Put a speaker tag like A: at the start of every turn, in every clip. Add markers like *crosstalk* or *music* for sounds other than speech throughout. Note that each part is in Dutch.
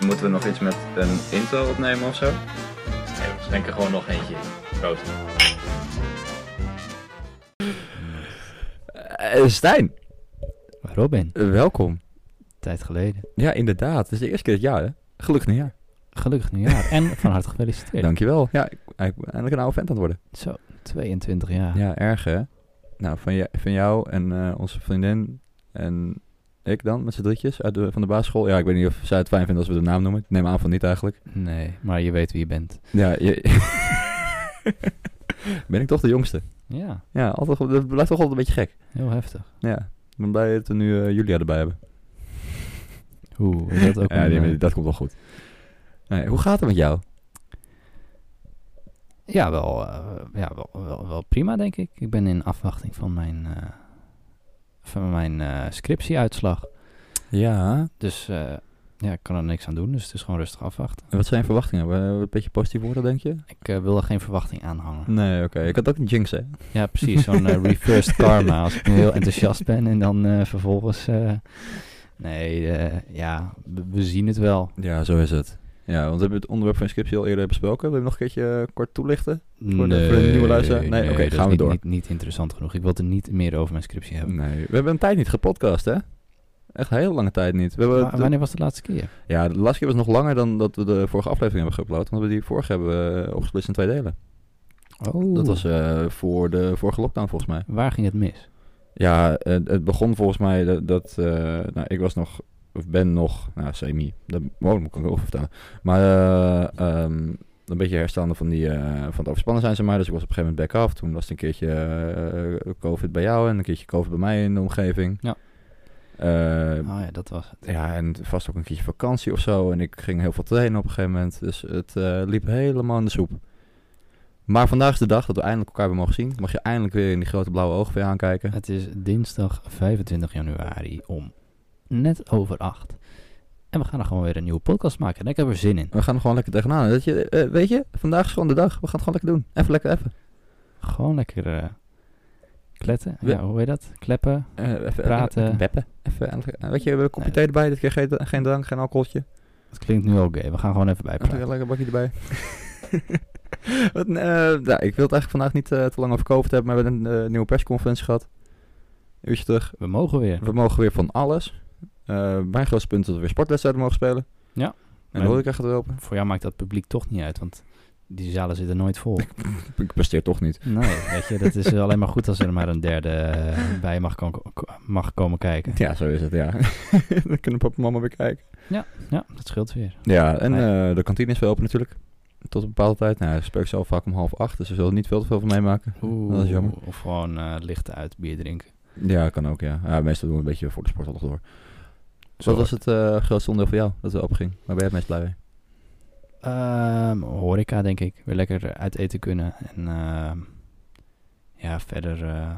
A: Moeten we nog iets met een intro opnemen of zo?
B: Nee, we schenken gewoon nog eentje in. Proost.
C: Eh, Stijn,
D: Robin,
C: eh, welkom.
D: tijd geleden.
C: Ja, inderdaad. Het is de eerste keer dit jaar, hè? Gelukkig nieuwjaar.
D: Gelukkig nieuwjaar en van harte gefeliciteerd.
C: Dankjewel. Ja, ik, ik ben eindelijk een oude vent aan het worden.
D: Zo, 22 jaar.
C: Ja, erg, hè? Nou, van, je- van jou en eh, onze vriendin en ik dan, met z'n drietjes uit de, van de basisschool. Ja, ik weet niet of zij het fijn vinden als we de naam noemen. Ik neem aan van niet, eigenlijk.
D: Nee, maar je weet wie je bent.
C: Ja, je... *laughs* ben ik toch de jongste?
D: Ja,
C: Ja, altijd, goed. dat blijft toch altijd een beetje gek.
D: heel heftig.
C: Ja, ik ben blij dat we nu eh, Julia erbij hebben.
D: Hoe is dat ook?
C: ja,
D: een,
C: die-
D: eh,
C: dat komt wel goed. Nee, hoe gaat het met jou?
D: ja, wel, eh, ja wel, wel, wel prima, denk ik. Ik ben in afwachting van mijn, eh, van mijn eh, scriptieuitslag.
C: Ja,
D: Dus eh, ja, ik kan er niks aan doen, dus het is gewoon rustig afwachten.
C: wat zijn je verwachtingen? Wil je Een beetje positief worden, denk je?
D: Ik eh, wil er geen verwachting aan hangen.
C: Nee, oké. Ik had ook een jinx, hè?
D: Ja, precies. Zo'n eh, reversed
C: *laughs*
D: karma. Als ik nu heel enthousiast ben en dan eh, vervolgens... eh, nee, eh, ja, we, we zien het wel.
C: Ja, zo is het. Ja, want we hebben het onderwerp van je scriptie al eerder besproken. Wil je hem nog een keertje eh, kort toelichten? Voor de- voor de nieuwe luisteraar? Nee, oké,
D: dat is
C: gaan we
D: niet-
C: door.
D: Niet, niet interessant genoeg. Ik wil het er niet meer over mijn scriptie hebben.
C: Nee, we hebben een tijd niet gepodcast, hè? Echt een hele lange tijd niet. Mm, We hebben
D: Wa- wanneer was de laatste keer?
C: Ja, de laatste keer was nog langer dan dat we de vorige aflevering hebben geüpload. Want we die vorige hebben eh, opgesplitst in twee delen.
D: Oh,
C: Dat was eh, voor de vorige lockdown, volgens mij.
D: Waar ging het mis?
C: Ja, het, het begon volgens mij dat, dat eh, nou, ik was nog, of ben nog, nou semi, dat, wow, dat moet ik ook over vertellen. Maar eh, ehm, een beetje herstaande van, die, eh, van het overspannen zijn ze maar, dus ik was op een gegeven moment back af. Toen was het een keertje eh, COVID bij jou en een keertje COVID bij mij in de omgeving.
D: Ja.
C: Eh,
D: Oh ja, dat was het.
C: ja, en vast ook een keertje vakantie of zo. En ik ging heel veel trainen op een gegeven moment. Dus het eh, liep helemaal in de soep. Maar vandaag is de dag dat we eindelijk elkaar weer mogen zien. Mag je eindelijk weer in die grote blauwe ogen weer aankijken.
D: Het is dinsdag 25 januari om net over acht. En we gaan er gewoon weer een nieuwe podcast maken. En ik heb er zin in.
C: We gaan er gewoon lekker tegenaan. Dat je, eh, weet je, vandaag is gewoon de dag. We gaan het gewoon lekker doen. Even lekker even.
D: Gewoon lekker eh, kletten.
C: We-
D: Ja, hoe heet dat? Kleppen.
C: Eh, even- even
D: Praten.
C: Even beppen. Even, eh, weet je, we hebben een kopje
D: Nee.
C: thee erbij. Dit keer geen, geen drank, geen alcoholtje.
D: Het klinkt nu al gay. We gaan gewoon even bijpraten.
C: Lekker, lekker bakje erbij. *laughs* Wat, een, eh, nou, ik wil het eigenlijk vandaag niet eh, te lang over COVID hebben. Maar we hebben een eh, nieuwe persconferentie gehad. Een uurtje terug.
D: We mogen weer.
C: We mogen weer van alles. Eh, mijn grootste punt is dat we weer sportwedstrijden mogen spelen.
D: Ja.
C: En de
D: Maar-
C: horeca gaat weer open.
D: Voor jou maakt dat publiek toch niet uit, want die zalen zitten nooit vol.
C: Ik presteer toch niet.
D: *laughs* Nee, weet je, dat is alleen maar goed als er maar een derde eh, bij mag, kan- ko- mag komen
C: *laughs*
D: kijken.
C: Ja, zo is het, ja. Dan kunnen papa en mama weer kijken.
D: Ja, dat scheelt weer.
C: Ja, en
D: Nee.
C: eh, de kantine is wel open natuurlijk. Tot een bepaalde tijd. Nou, ze spreken zelf vaak om half acht, dus we zullen er niet veel te veel van meemaken.
D: Oeh,
C: Dat is jammer.
D: Of gewoon eh licht uit bier drinken.
C: Ja, kan ook, ja. Ja, meestal doen we een beetje voor de sport al nog door.
D: Zo.
C: Wat was het eh, grootste onderdeel voor jou dat er opging? Waar ben je het meest blij mee?
D: Ehm, horeca, denk ik. Weer lekker uit eten kunnen. En ehm, ja, verder... eh,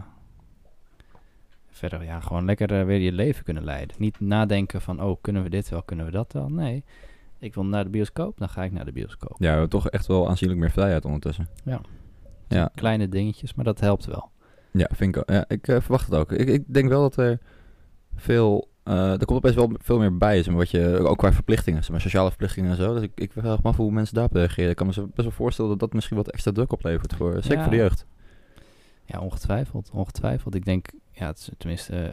D: verder, ja, gewoon lekker eh, weer je leven kunnen leiden. Niet nadenken van, oh, kunnen we dit wel, kunnen we dat wel? Nee, ik wil naar de bioscoop, dan ga ik naar de bioscoop.
C: Ja, we hebben toch echt wel aanzienlijk meer vrijheid ondertussen. Ja.
D: Kleine dingetjes, maar dat helpt wel.
C: Ja, vind ik, ja, ik eh, verwacht het ook. Ik, ik denk wel dat er veel... eh, er komt opeens wel veel meer bij, zeg maar, wat je, ook qua verplichtingen, zeg maar, sociale verplichtingen en zo. Dus ik, ik vraag me af hoe mensen daarop reageren. Ik kan me zo- best wel voorstellen dat dat misschien wat extra druk oplevert, voor, zeker
D: Ja.
C: voor de jeugd.
D: Ja, ongetwijfeld. Ongetwijfeld. Ik denk, ja, het is- tenminste, eh,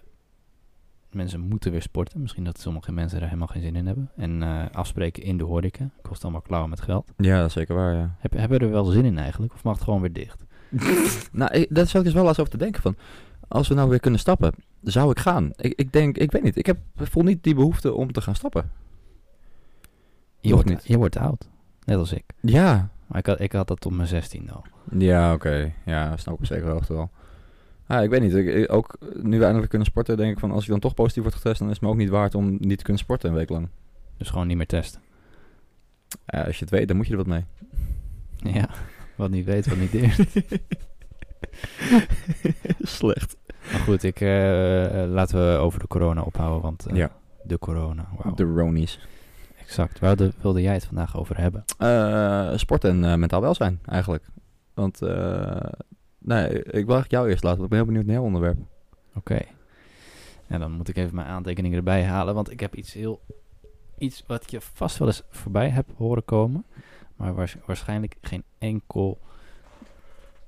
D: mensen moeten weer sporten. Misschien dat sommige mensen er helemaal geen zin in hebben. En eh, afspreken in de horeca. Kost allemaal klauwen met geld.
C: Ja, dat is zeker waar, ja.
D: Heb, hebben we er wel zin in eigenlijk? Of mag het gewoon weer dicht?
C: Nou, ik, daar zou ik dus wel eens over te denken van... Als we nou weer kunnen stappen, zou ik gaan? Ik, ik denk, ik weet niet. Ik heb, voel niet die behoefte om te gaan stappen.
D: Je,
C: Nog
D: wordt,
C: niet.
D: je wordt oud. Net als ik.
C: Ja.
D: Maar ik had, ik had dat tot mijn 16 al.
C: Ja, oké. Ja, snap ik zeker hoogte wel. Ah, ik weet niet. Ik, ik- ook nu we eindelijk weer kunnen sporten, denk ik van... Als ik dan toch positief word getest, dan is het me ook niet waard om niet te kunnen sporten een week lang.
D: Dus gewoon niet meer
C: *laughs*
D: testen.
C: Ja, als je het weet, dan moet je er wat mee.
D: Ja, wat niet weet, wat niet deert.
C: *laughs* Slecht.
D: Maar goed, ik, eh, eh, laten we over de corona ophouden. Want eh,
C: Ja.
D: de corona, wauw.
C: De ronies.
D: Exact. Waar de- wilde jij het vandaag over hebben?
C: Eh, sport en eh, mentaal welzijn, eigenlijk. Want, eh, nee, ik wil eigenlijk jou eerst laten. want Ik ben heel benieuwd naar jouw onderwerp.
D: Oké. Ja, dan moet ik even mijn aantekeningen erbij halen, want ik heb iets heel iets wat je vast wel eens voorbij hebt horen komen, maar waars- waarschijnlijk geen enkel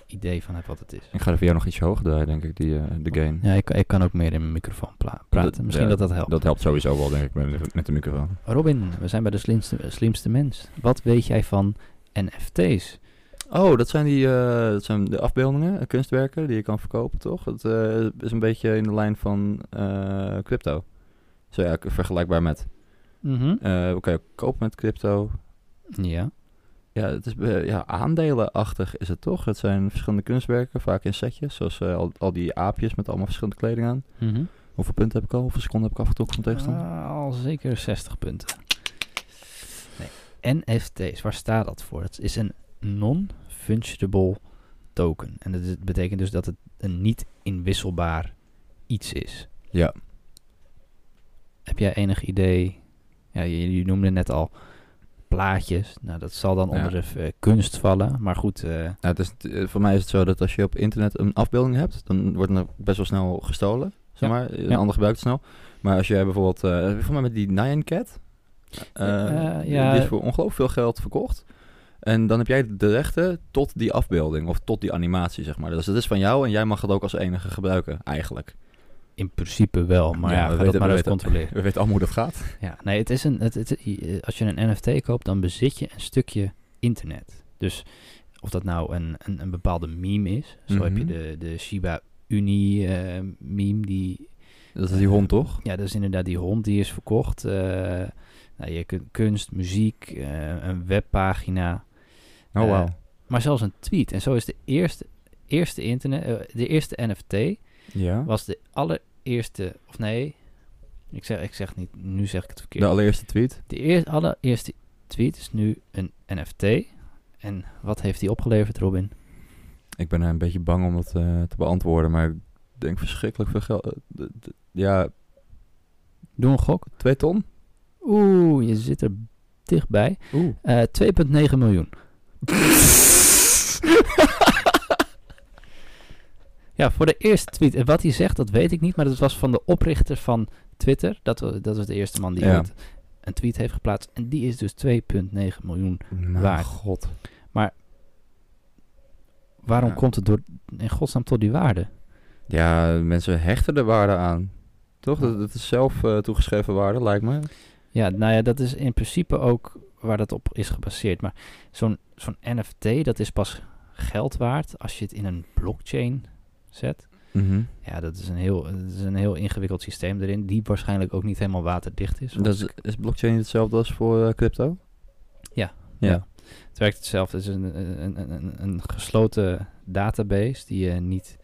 D: idee van hebt wat het is.
C: Ik ga er voor jou nog iets hoger draaien, denk ik, die, eh, de gain.
D: Ja, ik, ik kan ook meer in mijn microfoon pla- praten.
C: Dat-
D: Misschien
C: ja,
D: dat dat helpt.
C: Dat helpt sowieso wel, denk ik, met, met de microfoon.
D: Robin, we zijn bij de slimste, slimste mens. Wat weet jij van NFT's?
C: Oh, dat zijn, die, eh, dat zijn de afbeeldingen, eh, kunstwerken die je kan verkopen, toch? Dat eh, is een beetje in de lijn van eh, crypto. Zo ja, vergelijkbaar met. Eh Oké, koop met crypto.
D: Ja.
C: Ja, het is eh, ja, aandelenachtig is het toch? Het zijn verschillende kunstwerken, vaak in setjes. Zoals eh, al, al die aapjes met allemaal verschillende kleding aan.
D: Mhm.
C: Hoeveel punten heb ik al? Hoeveel seconden heb ik afgetrokken van tegenstander?
D: Ah, al zeker 60 punten. Nee. NFT's, waar staat dat voor? Het is een non-fungible token. En dat is- betekent dus dat het een niet inwisselbaar iets is.
C: Ja.
D: Heb jij enig idee? Ja, je, je noemde net al plaatjes. Nou, dat zal dan
C: Ja.
D: onder de eh, kunst vallen. Maar goed, eh,
C: Nou, het is, t- eh, voor mij is het zo dat als je op internet een afbeelding hebt, dan wordt het best wel snel gestolen. Zeg
D: Ja,
C: maar, Eh, een
D: ja.
C: ander gebruikt het snel. Maar als jij bijvoorbeeld, eh volgens mij met die Nyan Cat,
D: Eh, ja.
C: ja. die is voor ongelooflijk veel geld verkocht. En dan heb jij de rechten tot die afbeelding of tot die animatie, zeg maar. Dus dat is van jou en jij mag het ook als enige gebruiken, eigenlijk.
D: in principe wel. Maar
C: Ja,
D: ja,
C: we
D: ga dat
C: weten-
D: maar
C: we
D: eens
C: weten-
D: controleren.
C: We weten allemaal hoe dat gaat.
D: Ja, nee, het is een. Het, het- i- eh, als je een NFT koopt, dan bezit je een stukje internet. Dus of dat nou een, een, een bepaalde meme is. Zo heb je
C: Mhm.
D: de, de Shiba Uni eh, meme. Die,
C: Dat is die hond, toch?
D: ja, dat is inderdaad die hond die is verkocht. Eh, nou, je kunt kunst, muziek, eh, een webpagina.
C: Oh,
D: Eh,
C: wauw.
D: Maar zelfs een tweet. En zo is de eerste, eerste, internet, eh, de eerste NFT
C: ja.
D: was de allereerste. Of nee, ik zeg, ik zeg niet. Nu zeg ik het verkeerd.
C: De allereerste tweet.
D: De eer- allereerste tweet is nu een NFT. En wat heeft die opgeleverd, Robin?
C: Ik ben eh, een beetje bang om dat eh, te beantwoorden, maar ik denk verschrikkelijk veel geld. eh, d- d- ja,
D: Doe een gok.
C: twee ton?
D: Oeh, je zit er dichtbij.
C: Oeh.
D: Eh 2,9 miljoen. *laughs* ja, voor de eerste tweet. En wat hij zegt, dat weet ik niet. Maar dat was van de oprichter van Twitter. Dat was, dat was de eerste man die
C: Ja.
D: ooit een tweet heeft geplaatst. En die is dus 2,9 miljoen.
C: Mijn
D: Waar?
C: god.
D: Waarom
C: Ja.
D: komt het door, in godsnaam tot die waarde?
C: Ja, mensen hechten er waarde aan. Toch? Dat, dat is zelf eh, toegeschreven waarde, lijkt me.
D: Ja, nou ja, dat is in principe ook waar dat op is gebaseerd. Maar zo'n zo'n NFT, dat is pas geld waard als je het in een blockchain zet.
C: Mhm.
D: Ja, dat is een heel, dat is een heel ingewikkeld systeem erin, die waarschijnlijk ook niet helemaal waterdicht is.
C: Dat is, is blockchain hetzelfde als voor eh, crypto?
D: Ja.
C: Ja.
D: Ja. Het werkt hetzelfde. Het is een, een, een- een, een gesloten database die eh, niet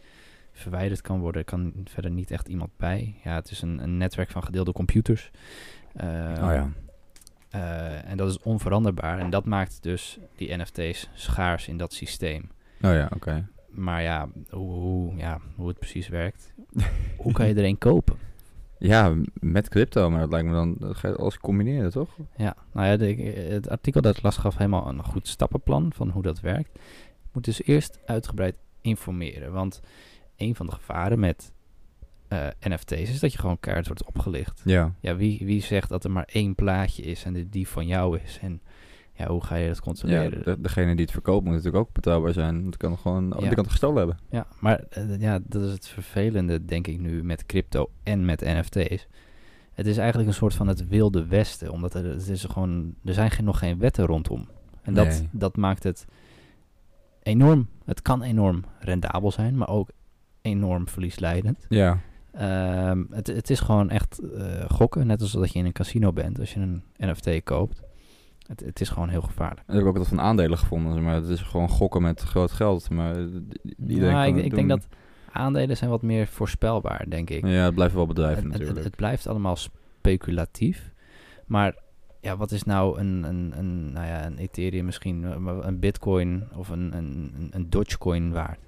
D: verwijderd kan worden. Er kan verder niet echt iemand bij. Ja, het is een, een netwerk van gedeelde computers. Eh,
C: Oh ja.
D: Eh, en dat is onveranderbaar. En dat maakt dus die NFT's schaars in dat systeem.
C: Oh ja, oké.
D: Maar ja, hoe, hoe- ja, hoe het precies *laughs* werkt. hoe kan je er een kopen?
C: Ja, m- met crypto, maar dat lijkt me dan... Dat ga je alles combineren, toch?
D: Ja, nou ja, de- het artikel dat ik las gaf helemaal een goed stappenplan van hoe dat werkt. Je moet dus eerst uitgebreid informeren. Want een van de gevaren met eh, NFT's is dat je gewoon kaart wordt opgelicht.
C: Ja.
D: Ja, wie, wie zegt dat er maar één plaatje is en dat die van jou is? En ja, hoe ga je dat
C: ja
D: controleren?
C: de- degene die het verkoopt moet natuurlijk ook betrouwbaar zijn. Want die kan het gewoon...
D: Ja.
C: Die kan het gestolen hebben.
D: Ja, maar eh, ja, dat is het vervelende, denk ik nu, met crypto en met NFT's. Het is eigenlijk een soort van het wilde westen, omdat er, het is gewoon, er zijn geen, nog geen wetten rondom. En dat,
C: Nee.
D: dat maakt het enorm, het kan enorm rendabel zijn, maar ook enorm verliesleidend.
C: Ja.
D: Ehm, het, het is gewoon echt eh, gokken, net als dat je in een casino bent als je een NFT koopt. Het, het is gewoon heel gevaarlijk.
C: En heb ik ook wat van aandelen gevonden. Maar het is gewoon gokken met groot geld. Maar eh, d- d- iedereen kan
D: Ja, ik,
C: het
D: Nou, ik
C: doen.
D: denk dat aandelen zijn wat meer voorspelbaar, denk ik.
C: Ja, het blijft wel
D: Het-
C: bedrijven
D: het, het,
C: natuurlijk.
D: het blijft allemaal speculatief. Maar ja, wat is nou een, een, een, nou ja, een Ethereum misschien, eh, maar een Bitcoin of een, een, een- een Dogecoin waard?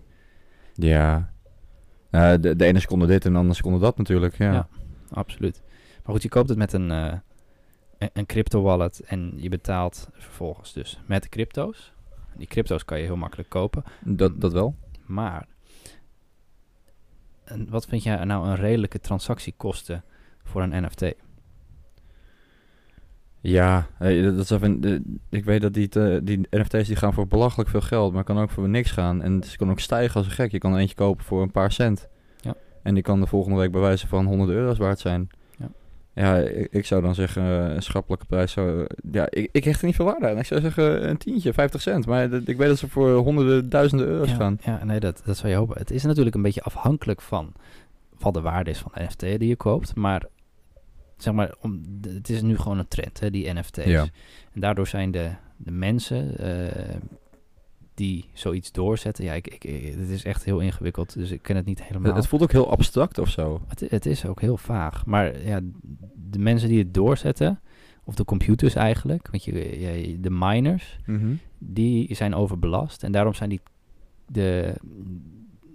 C: Ja. Nou, de, de ene seconde dit en de andere seconde dat natuurlijk, ja.
D: Ja. Absoluut. Maar goed, je koopt het met een, eh, een- een crypto wallet en je betaalt vervolgens dus met crypto's. Die crypto's kan je heel makkelijk kopen.
C: Dat, dat wel.
D: Maar en wat vind jij nou een redelijke transactiekosten voor een NFT?
C: Ja, hey, dat dat is even, eh, ik weet dat die, te- die NFT's die gaan voor belachelijk veel geld, maar kan ook voor niks gaan. En ze kan ook stijgen als een gek. Je kan er eentje kopen voor een paar cent.
D: Ja.
C: En die kan de volgende week bij wijze van 100 euro's waard zijn.
D: Ja.
C: Ja, ik, ik zou dan zeggen, eh, een schappelijke prijs zou... Ja, ik, ik hecht er niet veel waarde aan. Ik zou zeggen eh, een tientje, 50 cent. Maar dat- ik weet dat ze voor honderden, duizenden euro's
D: ja,
C: gaan.
D: Ja, nee, dat, dat zou je hopen. Het is natuurlijk een beetje afhankelijk van wat de waarde is van de NFT die je koopt. Maar zeg maar, om, de- het is nu gewoon een trend, hè, die NFT's.
C: Ja.
D: En daardoor zijn de, de mensen eh, die zoiets doorzetten. Ja, ik, ik, ik- het is echt heel ingewikkeld, dus ik ken het niet helemaal.
C: Het, het voelt ook heel abstract of zo.
D: Het, het is ook heel vaag. Maar ja, de mensen die het doorzetten, of de computers eigenlijk, want je, je- de miners,
C: Mhm.
D: die zijn overbelast. En daarom zijn die, de,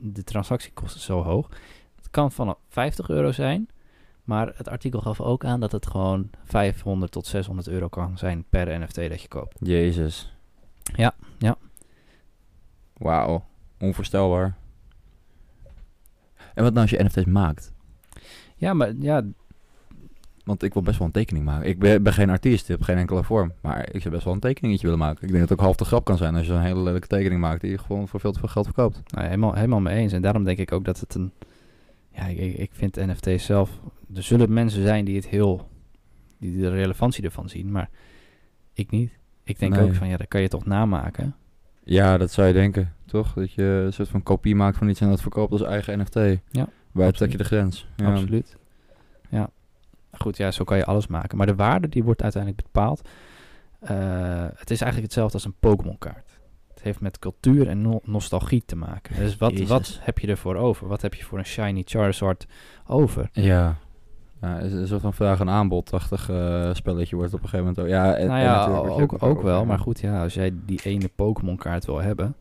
D: de transactiekosten zo hoog. Het kan van 50 euro zijn, maar het artikel gaf ook aan dat het gewoon 500 tot 600 euro kan zijn per NFT dat je koopt.
C: Jezus.
D: Ja, ja.
C: Wauw, onvoorstelbaar. En wat nou als je NFT's maakt?
D: Ja, maar ja,
C: Want ik wil best wel een tekening maken. Ik ben, ben geen artiest, ik heb geen enkele vorm. Maar ik zou best wel een tekeningetje willen maken. Ik denk dat het ook half de grap kan zijn als je een hele lelijke tekening maakt die je gewoon voor veel te veel geld verkoopt.
D: Nou, helemaal, helemaal mee eens. En daarom denk ik ook dat het een. Ja, ik- ik, ik vind NFT zelf. Er zullen mensen zijn die het heel. die de relevantie ervan zien, maar ik niet. Ik denk
C: Nee.
D: ook van ja, dat kan je toch namaken.
C: Ja, dat zou je denken, toch? Dat je een soort van kopie maakt van iets en dat verkoopt als eigen NFT.
D: Ja,
C: Waar trek je de grens? Ja.
D: Absoluut. Ja. Goed, ja, zo kan je alles maken. Maar de waarde die wordt uiteindelijk bepaald. Eh, het is eigenlijk hetzelfde als een Pokémon-kaart. Het heeft met cultuur en no- nostalgie te maken. Dus wat,
C: Jezus.
D: wat heb je ervoor over? Wat heb je voor een shiny Charizard over?
C: Ja. Ja, is een soort van vraag en aanbod-achtig eh, spelletje wordt op een gegeven moment ook. Ja, Eh, en,
D: nou
C: en
D: ja,
C: natuurlijk
D: ook,
C: word je
D: ook,
C: over-
D: wel. Maar goed, ja, als jij die ene Pokémon-kaart wil hebben,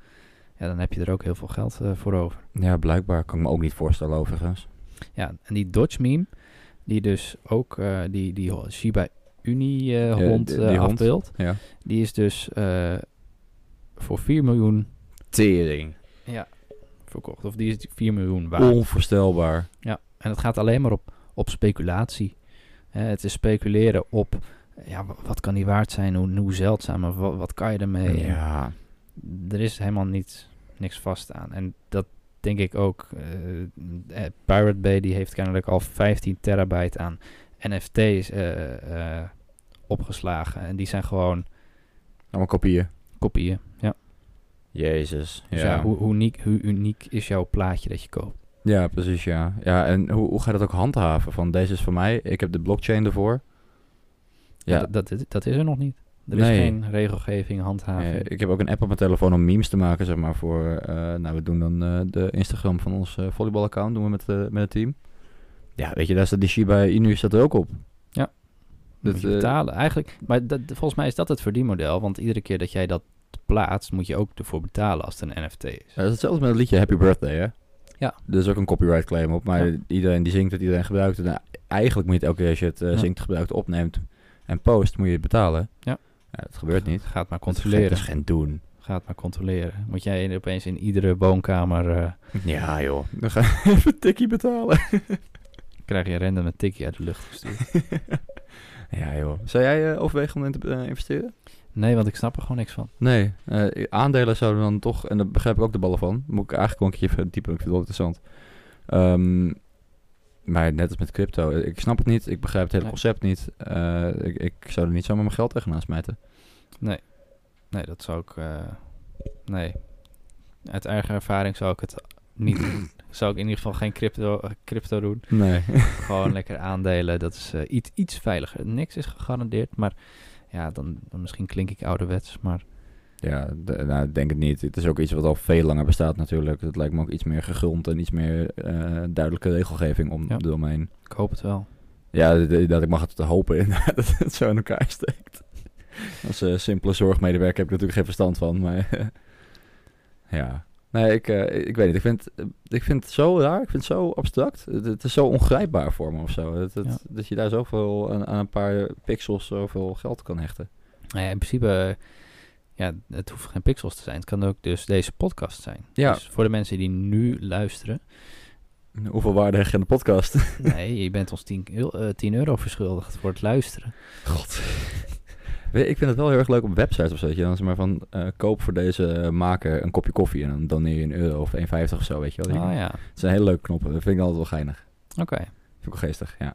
D: ja, dan heb je er ook heel veel geld eh, voor over.
C: Ja, blijkbaar. Kan ik me ook niet voorstellen overigens.
D: Ja, en die Dodge meme, die dus ook eh, die, die ho- Shiba Uni eh,
C: Ja,
D: hond
C: die-
D: eh,
C: die hond.
D: afbeeldt,
C: Ja.
D: die is dus eh, voor 4 miljoen
C: Tering.
D: verkocht. Of die is 4 miljoen
C: Oh.
D: waard.
C: Onvoorstelbaar.
D: Ja, en het gaat alleen maar op, op speculatie. Hè, het is speculeren op, ja, wa- wat kan die waard zijn? Hoe, hoe zeldzaam? Of wa- wat, kan je ermee? En
C: Ja.
D: er is helemaal niets, niks vast aan. En dat denk ik ook. eh, eh, Pirate Bay die heeft kennelijk al 15 terabyte aan NFT's eh, eh, opgeslagen. En die zijn gewoon
C: Allemaal kopieën.
D: kopieën. Ja.
C: Jezus.
D: Dus ja, hoe, hoe, uniek, hoe uniek is jouw plaatje dat je koopt?
C: Ja, precies, ja. Ja, en hoe, hoe ga je dat ook handhaven? Van, deze is van mij, ik heb de blockchain ervoor. Ja,
D: Ja. Dat, dat, dat is er nog niet. Er
C: Nee.
D: is geen regelgeving, handhaving.
C: eh, ik heb ook een app op mijn telefoon om memes te maken, zeg maar, voor... eh, nou, we doen dan eh, de Instagram van ons eh volleybalaccount, doen we met, eh, met het team. Ja, weet je, daar staat die Shiba Inu staat er ook op.
D: Ja.
C: Dat,
D: moet je
C: eh,
D: betalen. Eigenlijk, maar dat, volgens mij is dat het verdienmodel. Want iedere keer dat jij dat plaatst, moet je ook ervoor betalen als het een NFT is.
C: Ja, dat is hetzelfde met het liedje Happy Birthday, hè?
D: Ja.
C: Er is ook een copyright claim op, maar
D: Ja.
C: iedereen die zingt het, iedereen gebruikt het. Nou, eigenlijk moet je het elke keer als je het eh,
D: Ja.
C: zingt, gebruikt, opneemt en post, moet je het betalen.
D: Ja.
C: ja dat gebeurt niet.
D: Ga het maar
C: Dat
D: controleren.
C: is geen doen.
D: Ga het maar controleren. Moet jij opeens in iedere woonkamer... eh,
C: Ja, joh. Dan ga
D: *laughs*
C: je even een tikkie betalen.
D: krijg je random een tikje uit de lucht gestuurd.
C: Ja, joh. Zou jij eh, overwegen om in te eh, investeren?
D: nee, want ik snap er gewoon niks van.
C: Nee. eh, aandelen zouden dan toch, en daar begrijp ik ook de ballen van, moet ik eigenlijk wel een keertje verdiepen, ik vind het wel interessant. Ehm, maar net als met crypto, eh, ik snap het niet, ik begrijp het hele
D: Nee.
C: concept niet. Eh, ik, ik zou er niet zomaar mijn geld tegenaan smijten.
D: Nee, dat zou ik... eh, nee. Uit eigen ervaring zou ik het niet doen. Zou ik in ieder geval geen crypto, eh, crypto doen.
C: Nee.
D: Gewoon lekker aandelen. Dat is eh, iets, iets veiliger. Niks is gegarandeerd, maar... Ja, dan, dan misschien klink ik ouderwets, maar...
C: *laughs* ja, d- nou, ik denk het niet. Het is ook iets wat al veel langer bestaat natuurlijk. Het lijkt me ook iets meer gegrond en iets meer eh, duidelijke regelgeving om
D: Ja.
C: de domein.
D: Ik hoop het wel.
C: Ja, d- d- dat ik mag het te hopen *laughs* inderdaad, dat het zo in elkaar steekt. Als eh, simpele zorgmedewerker heb ik er natuurlijk geen verstand van, maar *laughs* ja. Nee, ik, eh, ik weet niet. Ik vind, het- ik vind het zo raar, ik vind het zo abstract. Het, het is zo ongrijpbaar voor me of zo. Dat, dat,
D: Ja.
C: dat je daar zoveel aan, aan een paar pixels zoveel geld kan hechten.
D: Nou ja, in principe, eh, ja, het hoeft geen pixels te zijn. Het kan ook dus deze podcast zijn.
C: Ja.
D: Dus voor de mensen die nu luisteren.
C: Hoeveel waarde hecht je aan de podcast?
D: nee, je bent ons 10, euro- eh, 10 euro verschuldigd voor het luisteren.
C: *laughs* God. Weet je, ik vind het wel heel erg leuk op websites of zo. Weet je, dan is het maar van eh, koop voor deze maker een kopje koffie en dan doneer je een euro of 1,50 of zo. Weet je wel.
D: Oh ja,
C: Het zijn hele leuke knoppen. Dat vind ik altijd wel geinig.
D: oké.
C: Vind ik wel geestig, ja.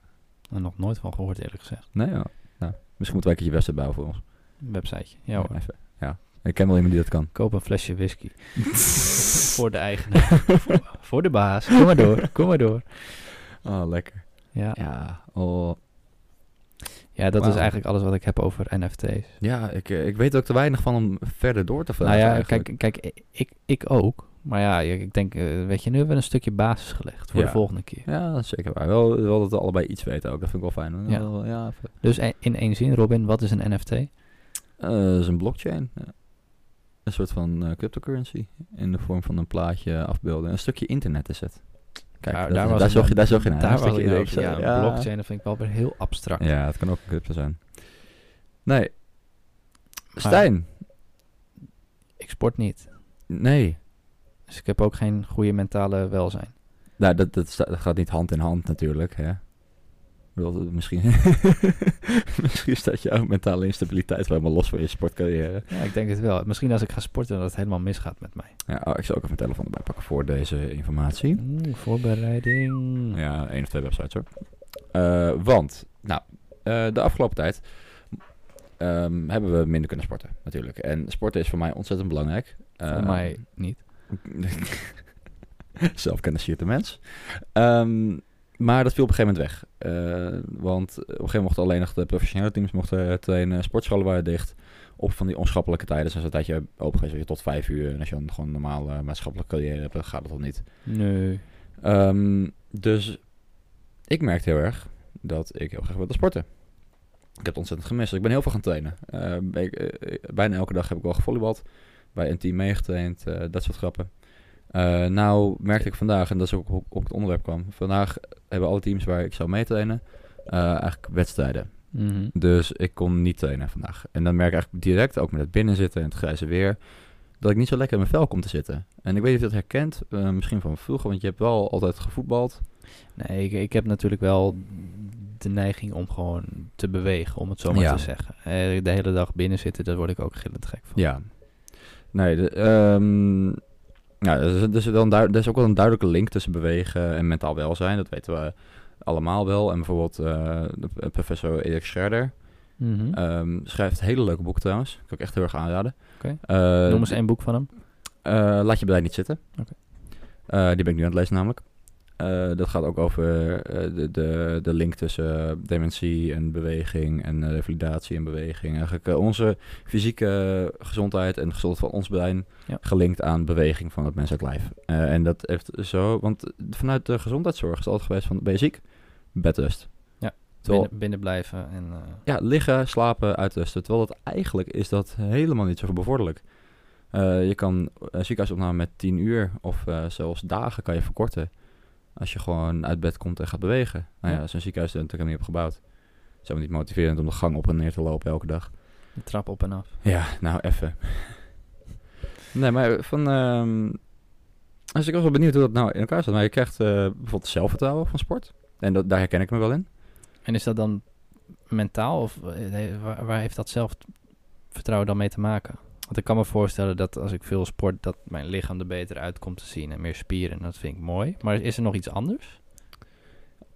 D: Er nog nooit van gehoord eerlijk gezegd.
C: Nee, ja. Nou, misschien moeten wij een keertje website bouwen voor ons.
D: Een websiteje. Ja hoor.
C: Even, ja. Ik ken wel iemand die dat
D: *laughs*
C: kan.
D: Koop een flesje whisky. voor de eigenaar. *laughs* voor, voor de baas. Kom maar door. Kom maar door.
C: Oh, lekker.
D: Ja,
C: Ja, oh.
D: ja dat is
C: Wauw.
D: eigenlijk alles wat ik heb over NFT's.
C: ja ik, eh, ik weet ook te weinig van om verder door te vragen.
D: nou ja,
C: eigenlijk.
D: kijk, kijk ik, ik ook. Maar ja, ik denk, eh, weet je, nu hebben we een stukje basis gelegd voor
C: Ja.
D: de volgende keer.
C: Ja, dat is zeker waar. Wel, wel dat we allebei iets weten ook. Dat vind ik wel fijn.
D: Ja.
C: Ja. Ja, even.
D: Dus e- in één zin, Robin, wat is een NFT?
C: Eh, dat is een blockchain. ja. Een soort van eh, cryptocurrency. In de vorm van een plaatje afbeelden. Een stukje internet is het. Kijk,
D: Nou,
C: dat, daar,
D: was
C: daar,
D: ik
C: zag je,
D: nou-
C: daar zag je naar.
D: Daar
C: Een
D: was
C: stukje
D: ik nou ook,
C: internet,
D: ja,
C: ja.
D: blockchain, dat vind ik wel weer heel abstract.
C: Ja, het kan ook een crypto zijn. Nee. Stijn.
D: Ik sport niet.
C: Nee.
D: Dus ik heb ook geen goede mentale welzijn.
C: Nou, dat, dat, sta- dat gaat niet hand in hand natuurlijk, hè. Ik bedoel, Misschien, *laughs* misschien staat jouw mentale instabiliteit wel helemaal los van je sportcarrière.
D: Ja, ik denk het wel. Misschien als ik ga sporten, dat het helemaal misgaat met mij.
C: Ja, oh, ik zal ook even mijn telefoon erbij pakken voor deze informatie.
D: Oeh, voorbereiding.
C: Ja, één of twee websites hoor. Eh, want, nou, eh, de afgelopen tijd ehm, hebben we minder kunnen sporten, natuurlijk. En sporten is voor mij ontzettend belangrijk.
D: Voor
C: Eh,
D: mij niet.
C: *laughs* Zelfkennis hier de mens. Ehm, maar dat viel op een gegeven moment weg. Eh, want op een gegeven moment mochten alleen nog de professionele teams mochten trainen. Sportscholen waren dicht. Op van die onschappelijke tijden. Dus dat had je open geweest weet je, tot vijf uur. En als je dan gewoon een normale eh, maatschappelijke carrière hebt, dan gaat dat dan niet.
D: Nee.
C: Ehm, dus ik merkte heel erg dat ik heel graag wilde sporten. Ik heb het ontzettend gemist. Ik ben heel veel gaan trainen. Ehm, ik, eh, bijna elke dag heb ik wel gevolleybald. Bij een team meegetraind. eh, dat soort grappen. Eh, nou merkte ik vandaag, en dat is ook hoe ik op het onderwerp kwam. Vandaag hebben alle teams waar ik zou meetrainen eh, eigenlijk wedstrijden.
D: Mhm.
C: Dus ik kon niet trainen vandaag. En dan merk ik eigenlijk direct, ook met het binnenzitten en het grijze weer, dat ik niet zo lekker in mijn vel kom te zitten. En ik weet niet of je dat herkent, eh, misschien van vroeger, want je hebt wel altijd gevoetbald.
D: Nee, ik, ik heb natuurlijk wel de neiging om gewoon te bewegen, om het zo maar
C: Ja.
D: te zeggen. Eh, De hele dag binnen zitten, daar word ik ook gillend gek van.
C: Ja. Nee, de, ehm, ja, dus, dus dan duid- er is ook wel een duidelijke link tussen bewegen en mentaal welzijn. Dat weten we allemaal wel. En bijvoorbeeld eh, de- professor Erik Scherder
D: Mhm.
C: ehm, schrijft hele leuke boeken trouwens. Kan ik echt heel erg aanraden.
D: Oké.
C: Eh,
D: Noem eens één boek van hem.
C: Eh, Laat je bedrijf niet zitten.
D: Oké.
C: Eh, die ben ik nu aan het lezen namelijk. Eh, dat gaat ook over eh, de, de, de link tussen eh, dementie en beweging en eh, revalidatie en beweging. Eigenlijk eh, onze fysieke gezondheid en de gezondheid van ons brein
D: Ja.
C: gelinkt aan beweging van het menselijk lijf. Eh, en dat heeft zo, want vanuit de gezondheidszorg is het altijd geweest van ben je ziek? Bedrust.
D: Ja.
C: Terwijl-
D: Binnen, binnen blijven en... eh,
C: ja, liggen, slapen, uitrusten. Terwijl dat eigenlijk is dat helemaal niet zo bevorderlijk. Eh, je kan een ziekenhuisopname met 10 uur of eh, zelfs dagen kan je verkorten. Als je gewoon uit bed komt en gaat bewegen. Nou ja,
D: Ja.
C: zo'n ziekenhuis is er natuurlijk helemaal niet op gebouwd. Het is helemaal niet motiverend om de gang op en neer te lopen elke dag.
D: de trap op en af.
C: Ja, nou even. nee, maar van. ehm, dus ik was wel benieuwd hoe dat nou in elkaar zat. Maar je krijgt eh, bijvoorbeeld zelfvertrouwen van sport. En dat, daar herken ik me wel in.
D: En is dat dan mentaal of eh, nee, waar, waar heeft dat zelfvertrouwen dan mee te maken? Want ik kan me voorstellen dat als ik veel sport, dat mijn lichaam er beter uit komt te zien en meer spieren. En dat vind ik mooi. Maar is er nog iets anders?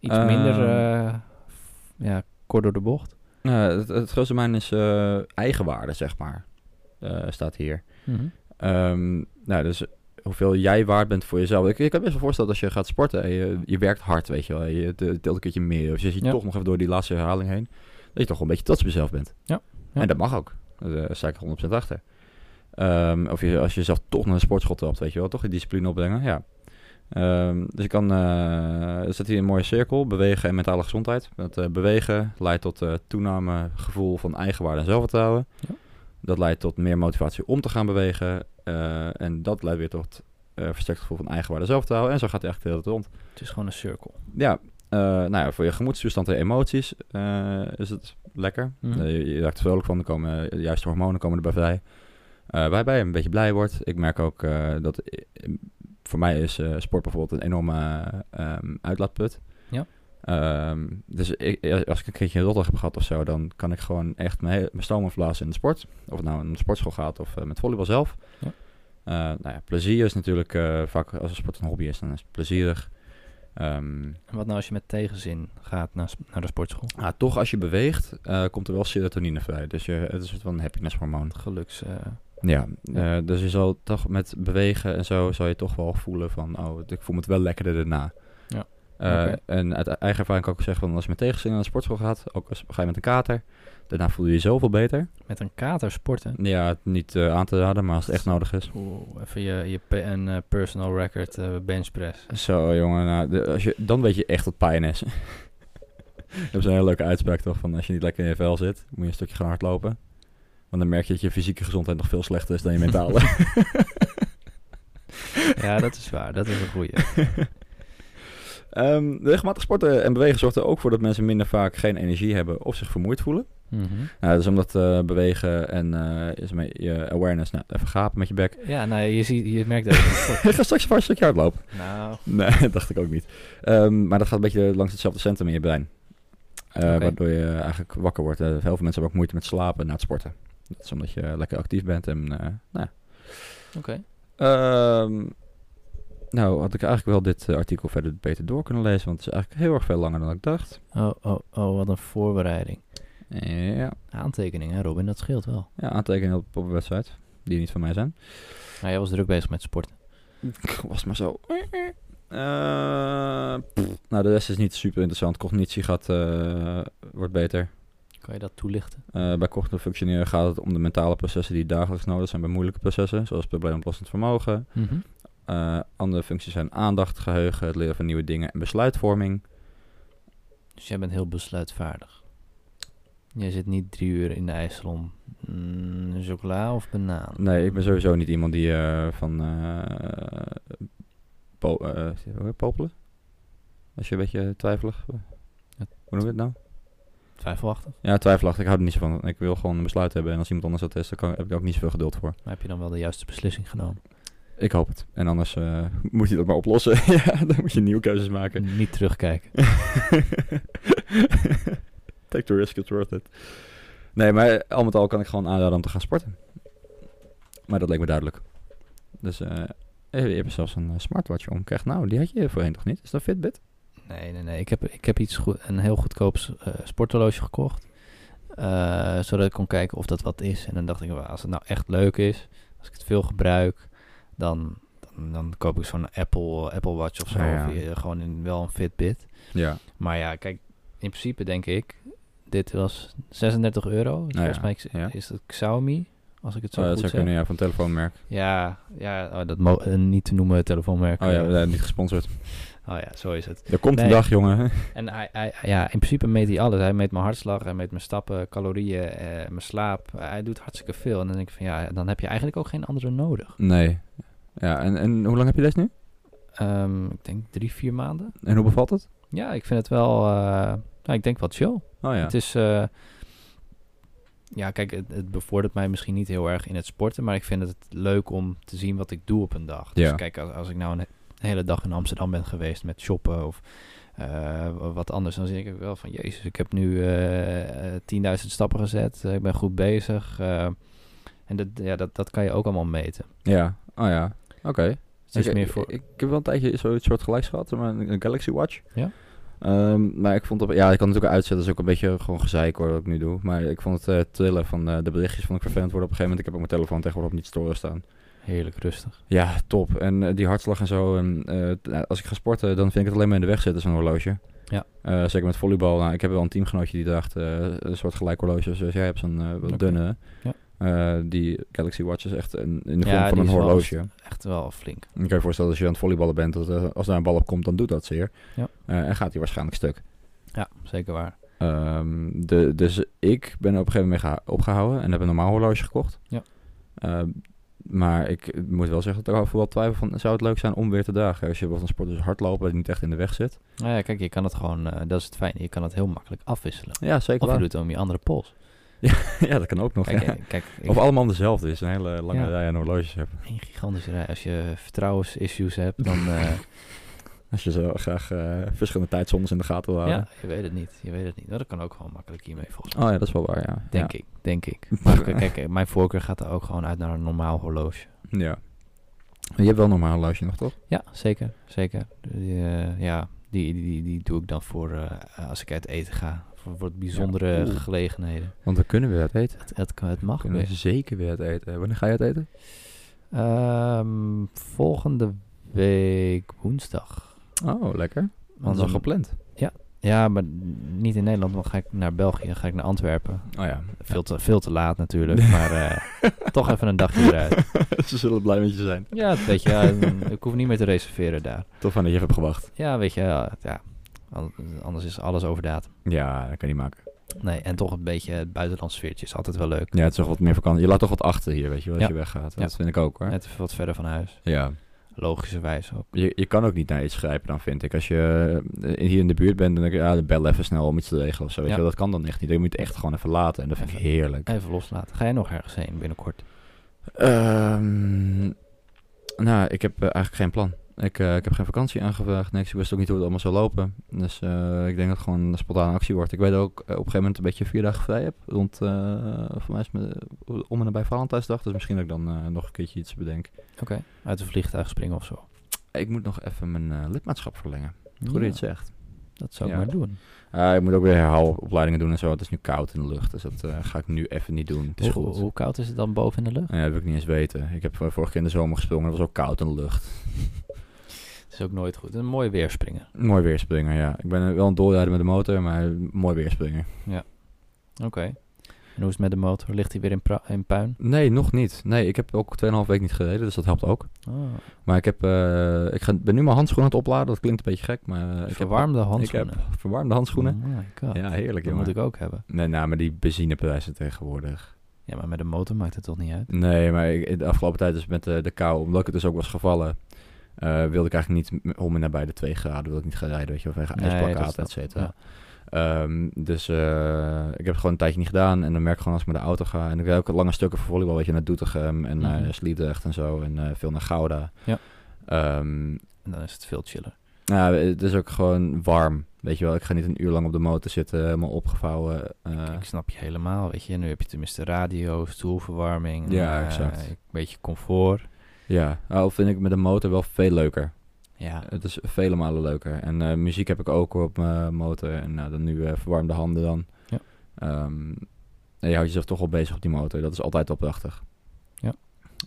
D: Iets minder
C: Ehm.
D: eh, f- ja, kort door de bocht?
C: Nou, het, het grootste mijn is eh, eigenwaarde, zeg maar. Eh, staat hier. Ehm, nou, dus hoeveel jij waard bent voor jezelf. Ik, ik kan me best wel voorstellen dat als je gaat sporten en je, je werkt hard, weet je wel. Je te- telt een keertje meer. Of je ziet
D: Ja.
C: toch nog even door die laatste herhaling heen. Dat je toch wel een beetje trots op jezelf bent.
D: Ja, ja.
C: En dat mag ook. Eh, Daar sta ik 100% achter. Ehm, of je, als je zelf toch naar een sportschool trapt, weet je wel. Toch die discipline opbrengen, ja. Ehm, dus ik kan, eh, er zit hier een mooie cirkel, bewegen en mentale gezondheid. Dat eh, bewegen leidt tot eh, toename gevoel van eigenwaarde en zelfvertrouwen.
D: Ja.
C: Dat leidt tot meer motivatie om te gaan bewegen. eh, en dat leidt weer tot eh versterkt gevoel van eigenwaarde en zelfvertrouwen. En zo gaat het eigenlijk de hele tijd rond
D: Het is gewoon een cirkel.
C: ja, eh, nou ja, voor je gemoedstoestand en emoties eh, is het lekker.
D: Mhm.
C: Eh, je, je raakt er vrolijk van, er komen eh, de juiste hormonen komen erbij vrij. Eh, waarbij je een beetje blij wordt. Ik merk ook eh, dat eh, voor mij is eh, sport bijvoorbeeld een enorme eh, ehm, uitlaatput.
D: Ja.
C: Ehm, dus ik, als ik een keertje een lot heb gehad of zo, dan kan ik gewoon echt mijn, hele- mijn stoom afblazen in de sport. Of het nou in de sportschool gaat of eh, met volleybal zelf.
D: Ja.
C: Eh, nou ja, plezier is natuurlijk eh, vaak, als een sport een hobby is, dan is het plezierig. Ehm,
D: En wat nou als je met tegenzin gaat naar, s- naar de sportschool?
C: maar toch, als je beweegt, eh, komt er wel serotonine vrij. Dus je, het is een soort van happiness-hormoon.
D: Geluks. eh,
C: Ja, eh, dus je zal toch met bewegen en zo, zal je toch wel voelen van, oh, ik voel me het wel lekkerder daarna.
D: Ja.
C: Eh,
D: Oké.
C: En uit eigen ervaring kan ik ook zeggen, van als je met tegenzin naar de sportschool gaat, ook als ga je met een kater, daarna voel je je zoveel beter.
D: met een kater sporten.
C: Ja, het niet eh, aan te raden, maar als het echt nodig is.
D: Oeh, even je, je pe- een eh, personal record eh bench press.
C: Zo, jongen, nou, de- als je, dan weet je echt wat pijn is. *laughs* Ik heb zo'n hele leuke uitspraak toch, van als je niet lekker in je vel zit, moet je een stukje gaan hardlopen. Want dan merk je dat je fysieke gezondheid nog veel slechter is dan je mentale.
D: Ja, dat is waar. Dat is een goeie.
C: Ehm, regelmatig sporten en bewegen zorgt er ook voor dat mensen minder vaak geen energie hebben of zich vermoeid voelen.
D: Mhm.
C: Nou, dat is omdat eh, bewegen en eh, is met je awareness, nou, even gapen met je bek. *laughs*
D: Ja, nou, je, ziet, je merkt dat. het- *laughs*
C: Ik ga straks vast een stukje hardlopen.
D: nou,
C: *laughs* Nee, dat dacht ik ook niet. Ehm, maar dat gaat een beetje langs hetzelfde centrum in je brein. Eh,
D: Oké.
C: Waardoor je eigenlijk wakker wordt. Eh, heel veel mensen hebben ook moeite met slapen na het sporten. Dat is omdat je lekker actief bent en eh, nou, ja.
D: oké.
C: Ehm, nou, had ik eigenlijk wel dit eh, artikel verder beter door kunnen lezen, want het is eigenlijk heel erg veel langer dan ik dacht.
D: Oh, oh, oh, wat een voorbereiding.
C: Ja.
D: Aantekeningen, hè, Robin, dat scheelt wel.
C: Ja, aantekeningen op, op de website. Die niet van mij zijn. *laughs*
D: Nou, jij was druk bezig met sporten.
C: Was het maar zo. Eh, pff, nou, de rest is niet super interessant. Cognitie gaat, eh, wordt beter.
D: Kan je dat toelichten?
C: Eh, bij cognitief functioneren gaat het om de mentale processen die dagelijks nodig zijn bij moeilijke processen. Zoals probleemoplossend vermogen.
D: Mhm.
C: Eh, andere functies zijn aandacht, geheugen, het leren van nieuwe dingen en besluitvorming.
D: Dus jij bent heel besluitvaardig. Jij zit niet drie uur in de ijssalon. Mm, chocola of banaan?
C: Nee, ik ben sowieso niet iemand die eh, van... eh po eh, hoe heet- popelen? Als je een beetje twijfelig... Hoe noem je het nou?
D: Twijfelachtig.
C: Ja, twijfelachtig. Ik hou er niet zo van. Ik wil gewoon een besluit hebben. En als iemand anders dat is, dan kan, heb ik daar ook niet zoveel geduld voor.
D: Maar heb je dan wel de juiste beslissing genomen?
C: Ik hoop het. En anders eh, *laughs* moet je dat maar oplossen. *laughs* ja, dan moet je nieuwe keuzes maken.
D: Niet terugkijken.
C: *laughs* Take the risk, it's worth it. Nee, maar al met al kan ik gewoon aanraden om te gaan sporten. Maar dat leek me duidelijk. Dus eh, eh, je hebt zelfs een eh, smartwatch om. Krijg nou, die had je voorheen toch niet? Is dat Fitbit?
D: Nee, nee, nee. Ik heb, ik heb iets goed, een heel goedkoop s- eh, sporthorloge gekocht. Eh, zodat ik kon kijken of dat wat is. En dan dacht ik, "Wa, als het nou echt leuk is, als ik het veel gebruik, dan, dan, dan koop ik zo'n Apple, Apple Watch of zo.
C: Ah, ja.
D: Of eh, gewoon in, wel een Fitbit.
C: Ja. eh,
D: Maar ja, kijk, in principe denk ik, dit was 36 euro. Dus
C: Nou ja,
D: volgens mij is-
C: ja.
D: is dat Xiaomi, als ik het zo
C: Zou dat zou
D: goed zeg.
C: kunnen, ja, van telefoonmerk.
D: Ja, ja oh, dat mo- eh, niet te noemen telefoonmerk.
C: Oh ja, we
D: Eh,
C: zijn niet gesponsord.
D: oh ja, zo is het.
C: Er komt een
D: Nee.
C: dag, jongen. *laughs*
D: En hij, hij- ja, in principe meet hij alles. Hij meet mijn hartslag, hij meet mijn stappen, calorieën, eh, mijn slaap. hij doet hartstikke veel. En dan denk ik van ja, dan heb je eigenlijk ook geen andere nodig.
C: Nee. Ja, en, en hoe lang heb je deze nu?
D: Ehm, ik denk drie, vier maanden.
C: En hoe bevalt het?
D: Ja, ik vind het wel, eh, nou, ik denk wel chill.
C: Oh ja.
D: Het is, eh, ja kijk, het, het bevordert mij misschien niet heel erg in het sporten. Maar ik vind het leuk om te zien wat ik doe op een dag. Dus
C: Ja.
D: kijk, als, als ik nou een he- hele dag in Amsterdam ben geweest met shoppen of eh, wa- wat anders. Dan zie ik wel van, jezus, ik heb nu eh, eh, 10.000 stappen gezet. eh, ik ben goed bezig. eh, en dat, ja, dat, dat kan je ook allemaal meten.
C: Ja, oh ja. Oké.
D: Het is
C: Ik-
D: meer
C: ik-
D: voor...
C: Ik, heb wel een tijdje zoiets soort gelijks gehad, maar een, een Galaxy Watch.
D: Ja?
C: Ehm, maar ik vond het, ja, ik kan het natuurlijk uitzetten, dat is ook een beetje gewoon gezeik hoor, wat ik nu doe. Maar ik vond het eh, trillen van eh, de berichtjes vond ik vervelend worden op een gegeven moment. Ik heb ook mijn telefoon tegenwoordig op niet storen staan.
D: Heerlijk rustig.
C: Ja, top. En eh, die hartslag en zo. En, eh, t- nou, als ik ga sporten, dan vind ik het alleen maar in de weg zitten, zo'n horloge.
D: Ja.
C: Eh, zeker met volleybal. Nou, ik heb wel een teamgenootje die draagt eh, een soort gelijk horloge zoals jij hebt, zo'n eh, wat
D: Oké.
C: dunne.
D: Ja.
C: Eh, die Galaxy Watch is echt een, in de
D: Ja,
C: vorm van
D: die
C: een
D: is wel
C: horloge.
D: Echt wel flink.
C: Ik kan je voorstellen als je aan het volleyballen bent, dat eh, als daar een bal op komt, dan doet dat zeer.
D: Ja.
C: Eh, en gaat hij waarschijnlijk stuk.
D: Ja, zeker waar.
C: Ehm, de, dus ik ben er op een gegeven moment mee geha- opgehouden en heb een normaal horloge gekocht.
D: Ja.
C: Ehm, maar ik moet wel zeggen dat ik overal twijfel van, zou het leuk zijn om weer te dragen? Als je bijvoorbeeld een sport dus hardlopen, dat niet echt in de weg zit.
D: Nou ja, kijk, je kan het gewoon... eh, dat is het fijn. Je kan het heel makkelijk afwisselen.
C: Ja, zeker
D: Of je
C: waar.
D: doet het om je andere pols.
C: *laughs* ja, dat kan ook nog.
D: Kijk,
C: ja.
D: eh, kijk ik-
C: Of allemaal dezelfde is, een hele lange
D: Ja.
C: rij aan horloges hebben.
D: *laughs* een gigantische rij. Als je vertrouwensissues hebt, dan, eh,
C: Als je zo graag eh, verschillende tijdzones in de gaten wil houden.
D: Ja, je weet het niet. Je weet het niet. Nou, dat kan ook gewoon makkelijk hiermee volgens mij.
C: Oh ja, dat is wel waar, ja.
D: Denk ik, denk *laughs* ik. Maar kijk, kijk, mijn voorkeur gaat er ook gewoon uit naar een normaal horloge.
C: Ja. ja. Je hebt wel een normaal horloge nog, toch?
D: Ja, zeker, zeker. Die, eh, ja, die, die, die, die doe ik dan voor eh, als ik uit eten ga. Voor, voor bijzondere
C: Oeh.
D: gelegenheden.
C: Want we kunnen weer het eten.
D: Het, het, kan- het mag
C: kunnen
D: weer.
C: zeker weer het eten. Wanneer ga je het eten?
D: Ehm, volgende week woensdag.
C: Oh, lekker. Dat is
D: dan-
C: al gepland.
D: Ja, maar niet in Nederland, want dan ga ik naar België, dan ga ik naar Antwerpen.
C: Oh ja.
D: Veel te, veel te laat natuurlijk, maar *laughs* eh, toch even een dagje eruit.
C: *laughs* Ze zullen blij met je zijn.
D: Ja, weet je, ja, *laughs* mm, ik hoef niet meer te reserveren daar.
C: Tof aan dat je even hebt gewacht.
D: Ja, weet je, ja, ja, an- anders is alles overdaad.
C: Ja, dat kan je niet maken.
D: Nee, en toch een beetje het buitenlands sfeertje is altijd wel leuk.
C: Ja, het is toch wat meer vakantie. Je laat toch wat achter hier, weet je, wel, als
D: Ja.
C: je weggaat.
D: Ja.
C: Dat vind ik ook, hoor.
D: Net even wat verder van huis,
C: Ja.
D: logischerwijs ook.
C: Je, je kan ook niet naar iets grijpen dan, vind ik. Als je eh, hier in de buurt bent, dan denk ik, ja, dan bel even snel om iets te regelen of zo. Weet
D: Ja.
C: je wel, dat kan dan echt niet. Je moet het echt gewoon even laten. En dat vind ik heerlijk.
D: Even loslaten. Ga jij nog ergens heen binnenkort?
C: Ehm, nou, ik heb eh, eigenlijk geen plan. Ik, eh, ik heb geen vakantie aangevraagd, niks. Ik wist ook niet hoe het allemaal zou lopen. Dus eh, ik denk dat het gewoon een spontane actie wordt. Ik weet ook eh, op een gegeven moment een beetje vier dagen vrij heb. Rond, eh, voor mij is het eh, om en nabij Valentijnsdag. Dus misschien dat ik dan eh, nog een keertje iets bedenk.
D: Oké. Uit een vliegtuig springen of zo.
C: Ik moet nog even mijn eh, lidmaatschap verlengen. Goed dat je
D: Ja,
C: het zegt.
D: dat zou ik
C: Ja.
D: maar doen.
C: Eh, ik moet ook weer herhaalopleidingen doen en zo. Het is nu koud in de lucht, dus dat eh, ga ik nu even niet doen. Het is
D: hoe,
C: goed.
D: hoe koud is het dan boven in de lucht?
C: Eh, heb ik niet eens weten. Ik heb eh, vorige keer in de zomer gesprongen, dat was ook koud in de lucht.
D: Het is ook nooit goed. Een mooi weer springen.
C: Mooi weerspringer, ja. Ik ben eh, wel een doorrijder met de motor, maar mooi weerspringer.
D: Oké. En hoe is het met de motor? Ligt hij weer in, pra- in puin?
C: Nee, nog niet. Nee, ik heb ook 2,5 week niet gereden, dus dat helpt ook.
D: Oh,
C: Maar ik, heb, eh, ik ga, ben nu mijn handschoenen aan het opladen. Dat klinkt een beetje gek, maar eh, ik
D: verwarmde
C: heb,
D: handschoenen.
C: Ik heb verwarmde handschoenen.
D: Oh my god.
C: Ja, heerlijk,
D: dat
C: jongen.
D: moet ik ook hebben.
C: Nee, nou, maar die benzineprijzen tegenwoordig.
D: Ja, maar met de motor maakt het toch niet uit?
C: Nee, maar ik, de afgelopen tijd dus met de, de kou, omdat ik het dus ook was gevallen, eh, wilde ik eigenlijk niet m- om en nabij de 2 graden, wilde ik niet gaan rijden, weet je wel, vanwege
D: Nee,
C: ijsbakhaat,
D: dat
C: et
D: snap ik,
C: cetera. Ehm, dus eh, ik heb het gewoon een tijdje niet gedaan en dan merk ik gewoon als ik met de auto ga, en ik rijd ook lange stukken voor volleybal, weet je, naar Doetinchem en naar
D: Mhm.
C: Sliedrecht en zo, en eh, veel naar Gouda.
D: Ja.
C: Ehm,
D: En dan is het veel chiller.
C: nou, het is ook gewoon warm, weet je wel, ik ga niet een uur lang op de motor zitten, helemaal opgevouwen. eh,
D: ik snap je helemaal, weet je. Nu heb je tenminste radio, stoelverwarming.
C: Ja,
D: eh,
C: exact.
D: Een beetje comfort.
C: ja, al vind ik met een motor wel veel leuker.
D: Ja,
C: Het is vele malen leuker. En eh, muziek heb ik ook op mijn motor. En nou, dan nu eh, verwarmde handen dan.
D: Ja.
C: Ehm, en je houdt jezelf toch wel bezig op die motor. Dat is altijd wel prachtig.
D: Ja.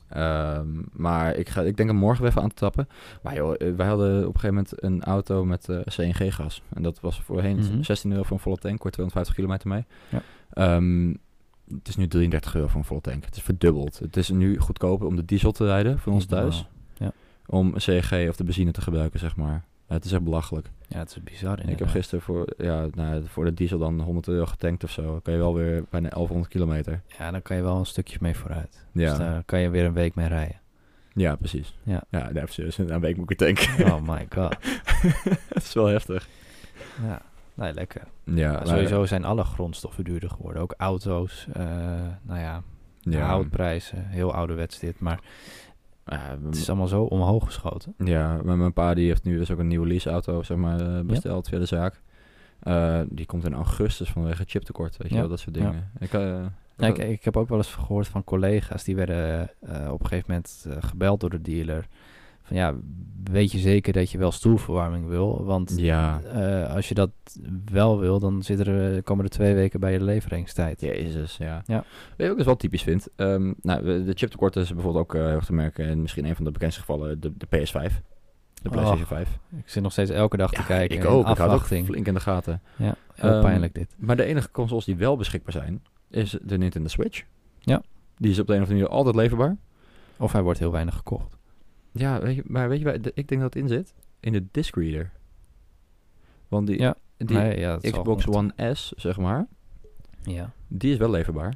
C: Ehm, maar ik, ga, ik denk hem morgen weer even aan te tappen. Maar joh, eh, wij hadden op een gegeven moment een auto met eh, CNG-gas. En dat was voorheen
D: Mhm.
C: 16 euro voor een volle tank. Wordt 250 kilometer mee.
D: Ja.
C: Ehm, het is nu 33 euro voor een volle tank. Het is verdubbeld. Het is nu goedkoper om de diesel te rijden voor ons
D: Niet normaal.
C: thuis om CNG of de benzine te gebruiken, zeg maar. Het is echt belachelijk.
D: Ja, het is bizar
C: Ik heb
D: inderdaad.
C: gisteren voor, ja, nou, voor de diesel dan 100 euro getankt of zo. Dan kan je wel weer bijna 1100 kilometer.
D: Ja, dan kan je wel een stukje mee vooruit. Dus
C: Ja,
D: daar kan je weer een week mee rijden.
C: *laughs* ja precies.
D: Ja.
C: ja nee, precies. Na een week moet ik weer tanken.
D: Oh my god.
C: *laughs* Het is wel heftig.
D: Ja, nee, lekker.
C: Ja,
D: Maar
C: maar-
D: sowieso zijn alle grondstoffen duurder geworden. Ook auto's, eh, nou ja,
C: Ja,
D: houtprijzen. Heel ouderwets dit, maar
C: Ja,
D: het is allemaal zo omhoog geschoten.
C: Ja, maar mijn pa die heeft nu dus ook een nieuwe leaseauto zeg maar, eh, besteld via de zaak. Eh, die komt in augustus vanwege chiptekort, weet je
D: Ja,
C: wel, dat soort dingen. Ik, eh,
D: Ja,
C: ik-
D: Nou, ik, ik heb ook wel eens gehoord van collega's die werden eh, op een gegeven moment eh, gebeld door de dealer. Van ja, weet je zeker dat je wel stoelverwarming wil? Want
C: ja.
D: eh, als je dat wel wil, dan zit er, eh, komen er twee weken bij je leveringstijd.
C: Jezus, ja.
D: Ja.
C: Weet je wat ik dus wel typisch vind? Ehm, nou, we- de chiptekort is bijvoorbeeld ook eh, heel erg te merken. En misschien een van de bekendste gevallen, de, de PS5. De
D: Oh.
C: PlayStation 5.
D: Ik zit nog steeds elke dag te kijken.
C: ik
D: in
C: ook. Ik hou het ook
D: Afwachting.
C: flink in de gaten.
D: ja, heel
C: Ehm,
D: pijnlijk dit.
C: Maar de enige consoles die wel beschikbaar zijn, is de Nintendo Switch.
D: Ja.
C: Die is op de een of andere manier altijd leverbaar.
D: Of hij wordt heel weinig gekocht.
C: Ja, weet je, maar weet je waar de- ik denk dat het in zit? In de disc reader. Want die,
D: Ja,
C: die
D: Nee, ja, dat zal
C: Xbox
D: goed.
C: One S, zeg maar,
D: Ja.
C: die is wel leverbaar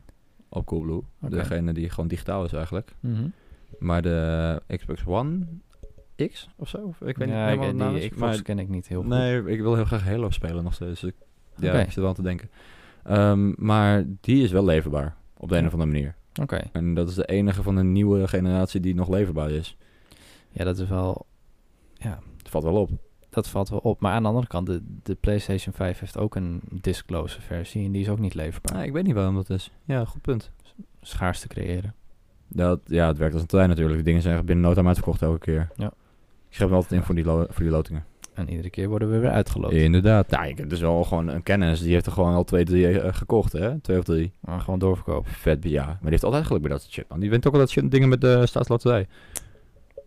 C: op Coolblue.
D: Oké.
C: Degene die gewoon digitaal is eigenlijk. Maar de Xbox One X of zo? Of Ik weet
D: ja,
C: niet helemaal
D: ik,
C: de naam
D: die
C: is,
D: Xbox ken ik niet heel goed.
C: Nee, ik wil heel graag Halo spelen nog steeds. Dus ik, ja,
D: Oké.
C: ik zit wel aan te denken. Ehm, maar die is wel leverbaar. Op de een of andere manier.
D: Oké.
C: En dat is de enige van de nieuwe generatie die nog leverbaar is.
D: Ja, dat is wel...
C: Het valt wel op.
D: dat valt wel op. Maar aan de andere kant, de, de PlayStation 5 heeft ook een disclose versie. En die is ook niet leverbaar.
C: ik weet niet waarom dat is. Ja, goed punt.
D: Schaars te creëren.
C: Dat, ja, het werkt als een trein natuurlijk. Dingen zijn echt binnen no time uitverkocht elke keer.
D: Ja.
C: Ik schrijf me altijd in voor die, lo- voor die lotingen.
D: En iedere keer worden we weer uitgeloot.
C: Inderdaad. Nou, ik heb dus wel gewoon een kennis. Die heeft er gewoon al twee, drie eh, gekocht, hè? Twee of drie.
D: Maar gewoon doorverkopen.
C: Vet, ja. Maar die heeft altijd geluk bij dat soort shit, man. Die wint ook al dat shit dingen met de staatsloterij.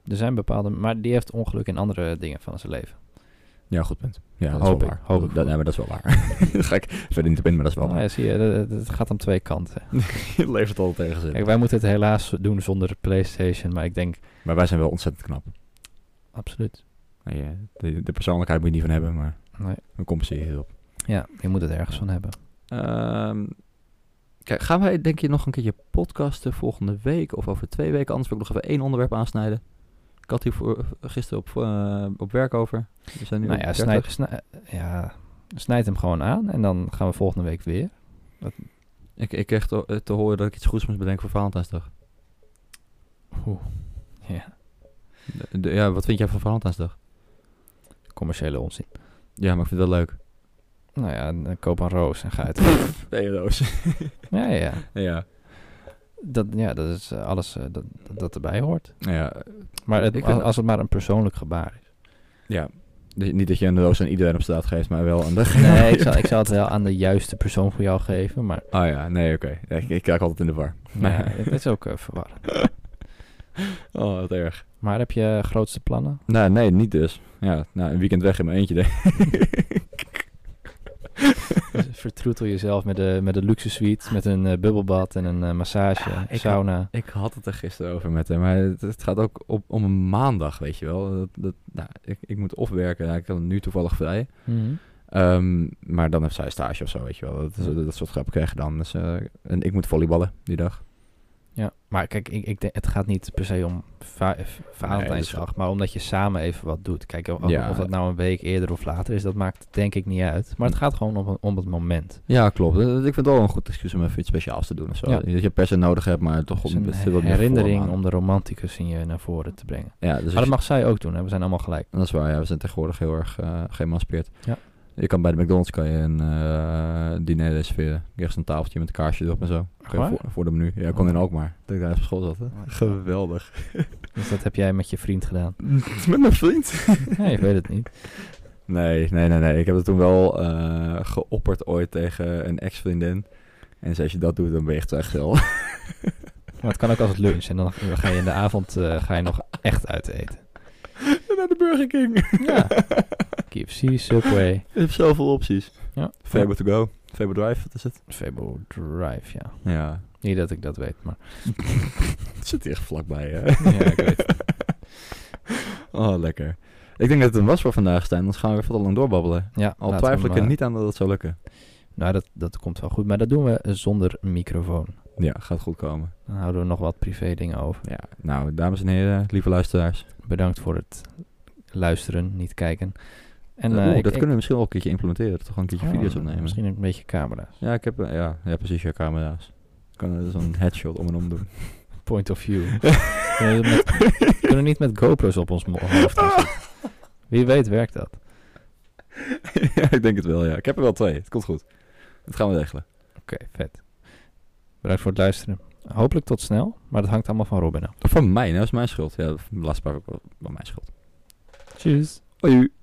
D: Er zijn bepaalde... Maar die heeft ongeluk in andere dingen van zijn leven.
C: Ja, goed punt. Ja,
D: Dat
C: dat,
D: is
C: is
D: wel
C: wel waar.
D: waar. Hoop ik
C: dat,
D: voor.
C: nee, maar dat is wel waar. *laughs* Daar ga ik verder niet op in, maar dat is wel
D: Nou
C: waar.
D: ja, zie je, dat- dat- het gaat om twee kanten.
C: *laughs* Het levert al tegen zin.
D: Kijk, wij moeten het helaas doen zonder de PlayStation. Maar ik denk,
C: Maar wij zijn wel ontzettend knap.
D: absoluut.
C: Nou ja, De, de persoonlijkheid moet je niet van hebben, maar
D: Nee.
C: we compenseren je erop.
D: Ja, je moet het ergens van hebben.
C: Ehm, kijk, gaan wij denk je nog een keertje podcasten volgende week of over twee weken? Anders wil ik nog even één onderwerp aansnijden. Ik had hier voor, gisteren op, eh, op werk over. We zijn nu
D: Nou
C: op
D: ja
C: 30.
D: snijd, snij- ja, snijd hem gewoon aan. En dan gaan we volgende week weer.
C: Ik, ik kreeg te, eh, te horen dat ik iets goeds moest bedenken voor Valentijnsdag.
D: Ja,
C: De- de- ja, wat vind jij van Valentijnsdag?
D: commerciële onzin.
C: Ja, maar ik vind dat leuk.
D: Nou ja, en, eh, koop een roos en ga uit.
C: Nee, Roos.
D: ja, ja, ja.
C: *laughs* ja.
D: Dat, ja, dat is eh, alles eh, dat, dat erbij hoort.
C: Ja,
D: Maar het,
C: Ik
D: als,
C: vind-
D: als het maar een persoonlijk gebaar is.
C: ja. Dus niet dat je een roos aan iedereen op straat geeft, maar wel aan degene. *laughs*
D: Nee, *laughs* ik zou, ik zou het wel aan de juiste persoon voor jou geven. Maar
C: Oh ja, nee, oké. Ja, ik, ik kijk altijd in de war.
D: ja, het is ook eh, verwarrend.
C: Oh, wat erg.
D: Maar heb je grootste plannen?
C: Nou, nee, niet dus. Ja, nou, een weekend weg in mijn eentje, denk ik.
D: Dus Vertroetel jezelf met de, met de luxe suite, met een eh, bubbelbad en een eh, massage,
C: Ja, ik had-
D: sauna.
C: Ik had het er gisteren over met hem, maar het, het gaat ook op, om een maandag, weet je wel. Dat, dat, nou, ik, ik moet of werken, nou, ik kan nu toevallig vrij.
D: Mhm.
C: Ehm, maar dan heeft zij stage of zo, weet je wel. Dat, is- dat soort grappen krijg je dan. Dus, eh, en ik moet volleyballen die dag.
D: Ja, maar kijk, ik, ik denk, het gaat niet per se om va- eh, Valentijnsdag, maar omdat je samen even wat doet. Kijk, of,
C: Ja.
D: of dat nou een week eerder of later is, dat maakt denk ik niet uit. Maar het gaat gewoon om, om het moment.
C: Ja, klopt. Eh, Ik vind het wel een goed excuus om even iets speciaals te doen of zo.
D: Ja.
C: Dat je per se nodig hebt, maar toch
D: Het
C: op
D: is Dus een herinnering om de romanticus in je naar voren te brengen.
C: Ja, dus als
D: Maar
C: je-
D: dat mag zij ook doen, hè? we zijn allemaal gelijk.
C: Dat is waar, ja. We zijn tegenwoordig heel erg eh geëmancipeerd.
D: Ja.
C: Je kan bij de McDonald's kan je een eh, diner reserveren. Rechts een tafeltje met een kaarsje erop en zo. Kan je
D: waar? Oh.
C: Voor, voor de menu. Ja, ik kon in ook maar. Dat ik daar op school zat. Hè? Geweldig.
D: Dus dat heb jij met je vriend
C: *laughs*
D: gedaan.
C: met mijn vriend?
D: Nee, ik weet het niet.
C: Nee, nee, nee, nee. Ik heb dat toen wel eh, geopperd ooit tegen een ex-vriendin. En zei, als je dat doet, dan ben je echt *laughs* geil.
D: Maar het kan ook als het lunch en dan
C: *laughs*
D: ga je in de avond eh, ga je nog echt uit eten.
C: Naar de Burger King.
D: Ja. KFC, Subway,
C: *laughs* Je hebt zoveel opties.
D: Ja.
C: Fable to go. Fable drive, wat is het?
D: Fable Drive, ja.
C: Ja.
D: Niet dat ik dat weet, maar...
C: *laughs* Het zit hier echt vlakbij, hè?
D: Ja, ik weet het.
C: *laughs* Oh, lekker. Ik denk dat het hem was voor vandaag, Stijn. Anders gaan we weer veel te lang doorbabbelen.
D: Ja,
C: Al
D: laten we
C: twijfel ik
D: maar-
C: er niet aan dat het zou lukken.
D: Nou, dat, dat komt wel goed. Maar dat doen we zonder microfoon.
C: Ja, gaat goed komen.
D: Dan houden we nog wat privé dingen over.
C: Ja, nou, dames en heren, lieve luisteraars.
D: Bedankt voor het luisteren, niet kijken. En
C: Eh, Ah,
D: eh,
C: oeh,
D: ik-
C: dat
D: ik-
C: kunnen we misschien wel een keertje implementeren. Toch wel een keertje
D: oh,
C: video's opnemen.
D: Misschien een beetje camera's.
C: Ja, ik heb, eh, ja, ja, precies, ja, camera's. Ik kan er zo'n headshot om en om doen.
D: Point of view. *laughs* kunnen, we met, kunnen we niet met GoPro's op ons mo- hoofd gaan zitten? Wie weet werkt dat.
C: *laughs* ja, ik denk het wel, ja. Ik heb er wel twee. Het komt goed. Dat gaan we regelen.
D: Oké, vet. Bedankt voor het luisteren. Hopelijk tot snel, maar dat hangt allemaal van Robin af.
C: Van mij, nou, dat is mijn schuld. Ja, last maar ook wel wel mijn schuld.
D: Tjus.
C: Oei.